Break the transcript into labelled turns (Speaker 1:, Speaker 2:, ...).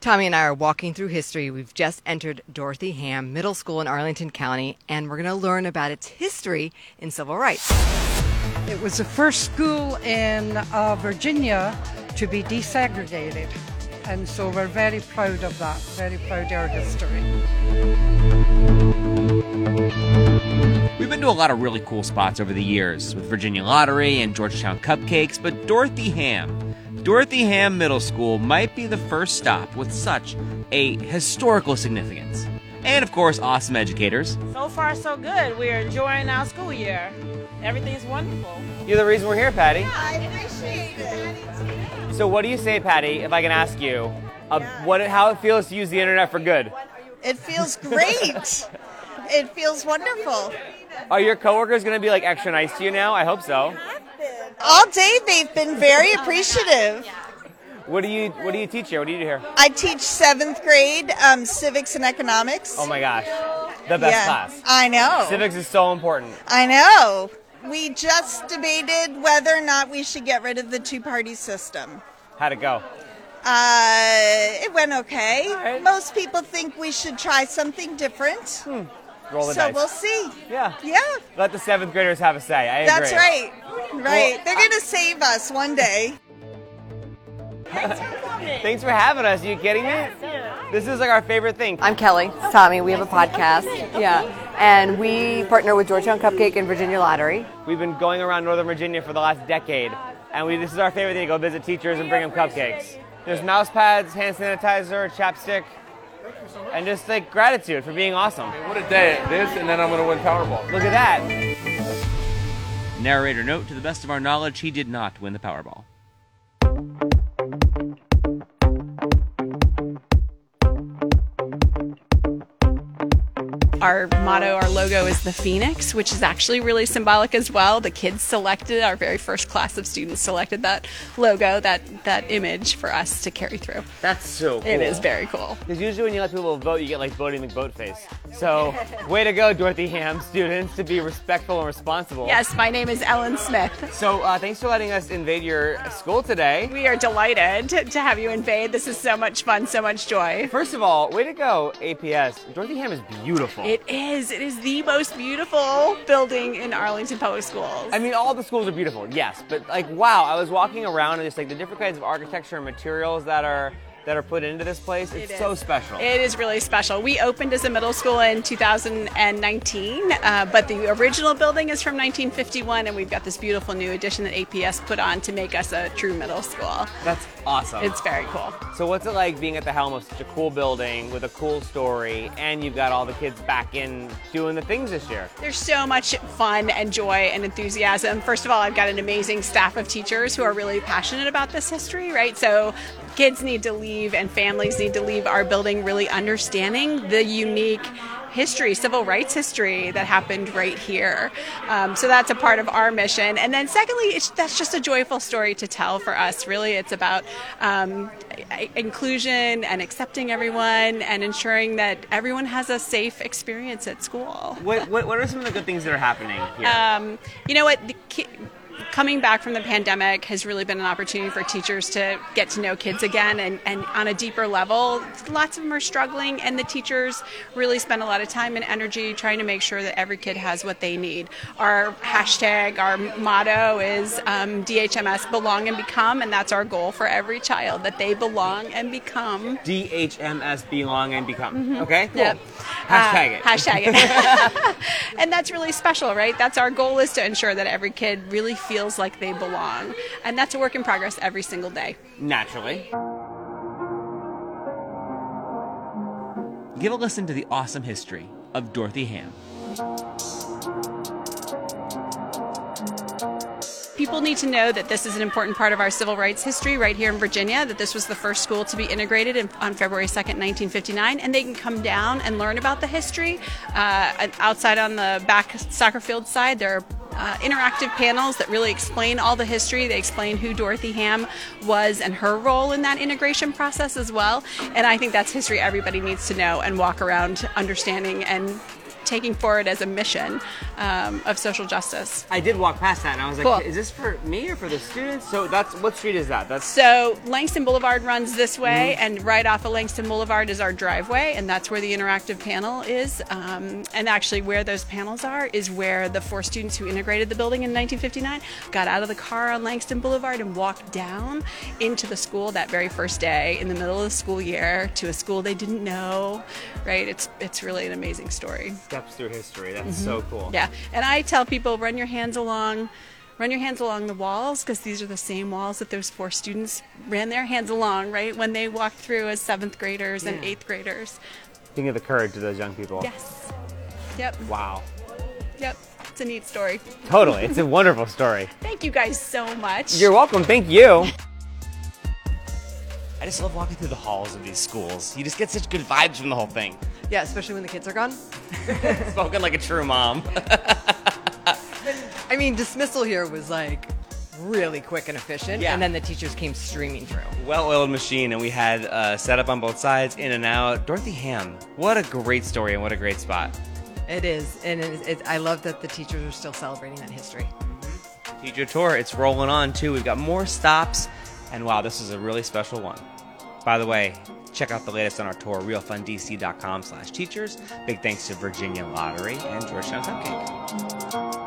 Speaker 1: Tommy and I are walking through history. We've just entered Dorothy Ham Middle School in Arlington County, and we're going to learn about its history in civil rights.
Speaker 2: It was the first school in uh, Virginia to be desegregated. And so we're very proud of that, very proud of our history.
Speaker 3: We've been to a lot of really cool spots over the years with Virginia Lottery and Georgetown Cupcakes, but Dorothy Ham, Dorothy Ham Middle School might be the first stop with such a historical significance. And of course, awesome educators.
Speaker 4: So far, so good. We're enjoying our school year. Everything's wonderful.
Speaker 5: You're the reason we're here, Patty.
Speaker 6: I appreciate it.
Speaker 5: So, what do you say, Patty, if I can ask you, uh, what, how it feels to use the internet for good?
Speaker 6: It feels great. it feels wonderful.
Speaker 5: Are your coworkers going to be like extra nice to you now? I hope so.
Speaker 6: All day they've been very appreciative.
Speaker 5: What do you What do you teach here? What do you do here?
Speaker 6: I teach seventh grade um, civics and economics.
Speaker 5: Oh my gosh, the best
Speaker 6: Yeah.
Speaker 5: class.
Speaker 6: I know.
Speaker 5: Civics is so important.
Speaker 6: I know. We just debated whether or not we should get rid of the two party system.
Speaker 5: How'd it go?
Speaker 6: Uh, it went okay.
Speaker 5: right.
Speaker 6: Most people think we should try something different.
Speaker 5: Roll the
Speaker 6: so
Speaker 5: dice.
Speaker 6: we'll see.
Speaker 5: yeah.
Speaker 6: Yeah,
Speaker 5: Let the seventh graders have a say. I
Speaker 6: that's
Speaker 5: agree.
Speaker 6: right. Right. They're going to save us one day.
Speaker 5: Thanks for having us. Are you kidding me? This is like our favorite thing.
Speaker 7: I'm Kelly. It's Tommy. We have a podcast. Yeah. And we partner with Georgetown Cupcake and Virginia Lottery.
Speaker 5: We've been going around Northern Virginia for the last decade, and we, this is our favorite thing to go visit teachers and bring them cupcakes. There's mouse pads, hand sanitizer, chapstick, and just like gratitude for being awesome.
Speaker 8: What a day it is, and then I'm going to win Powerball.
Speaker 5: Look at that.
Speaker 3: Narrator note to the best of our knowledge, he did not win the Powerball.
Speaker 9: Our motto, our logo is the Phoenix, which is actually really symbolic as well. The kids selected, our very first class of students selected that logo, that, that image for us to carry through.
Speaker 5: That's so cool.
Speaker 9: It is very cool.
Speaker 5: Because usually when you let people vote, you get like voting the vote face.
Speaker 9: Oh,
Speaker 5: So, way to go, Dorothy Ham students, to be respectful and responsible.
Speaker 9: Yes, my name is Ellen Smith.
Speaker 5: So, uh, thanks for letting us invade your school today.
Speaker 9: We are delighted to- to have you invade. This is so much fun, so much joy.
Speaker 5: First of all, way to go, APS. Dorothy Ham is beautiful.
Speaker 9: It is. It is the most beautiful building in Arlington Public Schools.
Speaker 5: I mean, all the schools are beautiful, yes, but like, wow! I was walking around and just like the different kinds of architecture and materials that are that are put into this place. It's
Speaker 9: It
Speaker 5: so
Speaker 9: is.
Speaker 5: special.
Speaker 9: It is really special. We opened as a middle school in 2019, uh, but the original building is from 1951, and we've got this beautiful new addition that APS put on to make us a true middle school.
Speaker 5: That's awesome.
Speaker 9: It's very cool.
Speaker 5: so, what's it like being at the helm of such a cool building with a cool story, and you've got all the kids back in doing the things this year?
Speaker 9: There's so much fun and joy and enthusiasm. First of all, I've got an amazing staff of teachers who are really passionate about this history, right? So kids need to leave and families need to leave our building really understanding the unique history, civil rights history that happened right here. Um, so that's a part of our mission. And then secondly, it's, that's just a joyful story to tell for us. Really, it's about um, i- inclusion and accepting everyone and ensuring that everyone has a safe experience at school
Speaker 5: What, what, what are some of the good things that are happening here?
Speaker 9: um, you know what? The ki- coming back from the pandemic has really been an opportunity for teachers to get to know kids again and, and on a deeper level. Lots of them are struggling, and the teachers really spend a lot of time and energy trying to make sure that every kid has what they need. Our hashtag, our motto is um, DHMS belong and become, and that's our goal for every child that they belong and become.
Speaker 5: DHMS belong and become. Okay, cool.
Speaker 9: Mm-hmm. Yep.
Speaker 5: Hashtag
Speaker 9: Uh,
Speaker 5: it.
Speaker 9: Hashtag it. and that's really special, right? That's our goal is to ensure that every kid really feels like they belong. And that's a work in progress every single day.
Speaker 5: Naturally.
Speaker 3: Give a listen to the awesome history of Dorothy Ham.
Speaker 9: People need to know that this is an important part of our civil rights history right here in Virginia, that this was the first school to be integrated in, on February 2nd, 1959, and they can come down and learn about the history. Uh, and outside on the back soccer field side, there are uh, interactive panels that really explain all the history. They explain who Dorothy Ham was and her role in that integration process as well. And I think that's history everybody needs to know and walk around understanding and taking forward as a mission um, of social justice.
Speaker 2: I did walk past that and I was like,
Speaker 9: Cool.
Speaker 2: is this for me or for the students? So that's what street is that? That's
Speaker 9: So Langston Boulevard runs this way, and right off of Langston Boulevard is our driveway, and that's where the interactive panel is. Um, and actually, where those panels are is where the four students who integrated the building in 1959 got out of the car on Langston Boulevard and walked down into the school that very first day in the middle of the school year to a school they didn't know. Right? It's it's really an amazing story.
Speaker 2: steps through history. That's so cool.
Speaker 9: Mm-hmm. Yeah, and I tell people run your hands along, run your hands along the walls because these are the same walls that those four students ran their hands along right when they walked through as seventh graders and eighth graders.
Speaker 2: Think of the courage of those young people.
Speaker 9: Yes. Yep.
Speaker 2: Wow.
Speaker 9: Yep. It's a neat story.
Speaker 2: Totally. It's a wonderful story.
Speaker 9: Thank you guys so much.
Speaker 2: You're welcome. Thank you.
Speaker 5: I just love walking through the halls of these schools. You just get such good vibes from the whole thing.
Speaker 1: Yeah, especially when the kids are gone.
Speaker 5: Spoken like a true mom.
Speaker 1: I mean, dismissal here was like really quick and efficient,
Speaker 5: Yeah.
Speaker 1: and then the teachers came streaming through.
Speaker 5: Well-oiled machine, and we had uh, set up on both sides, in and out. Dorothy Ham. What a great story and what a great spot.
Speaker 1: It is, and it, it, I love that the teachers are still celebrating that history.
Speaker 5: Teacher tour. It's rolling on too. We've got more stops, and wow, this is a really special one. By the way, check out the latest on our tour, realfundc.com/teachers. Big thanks to Virginia Lottery and Georgetown Cupcake.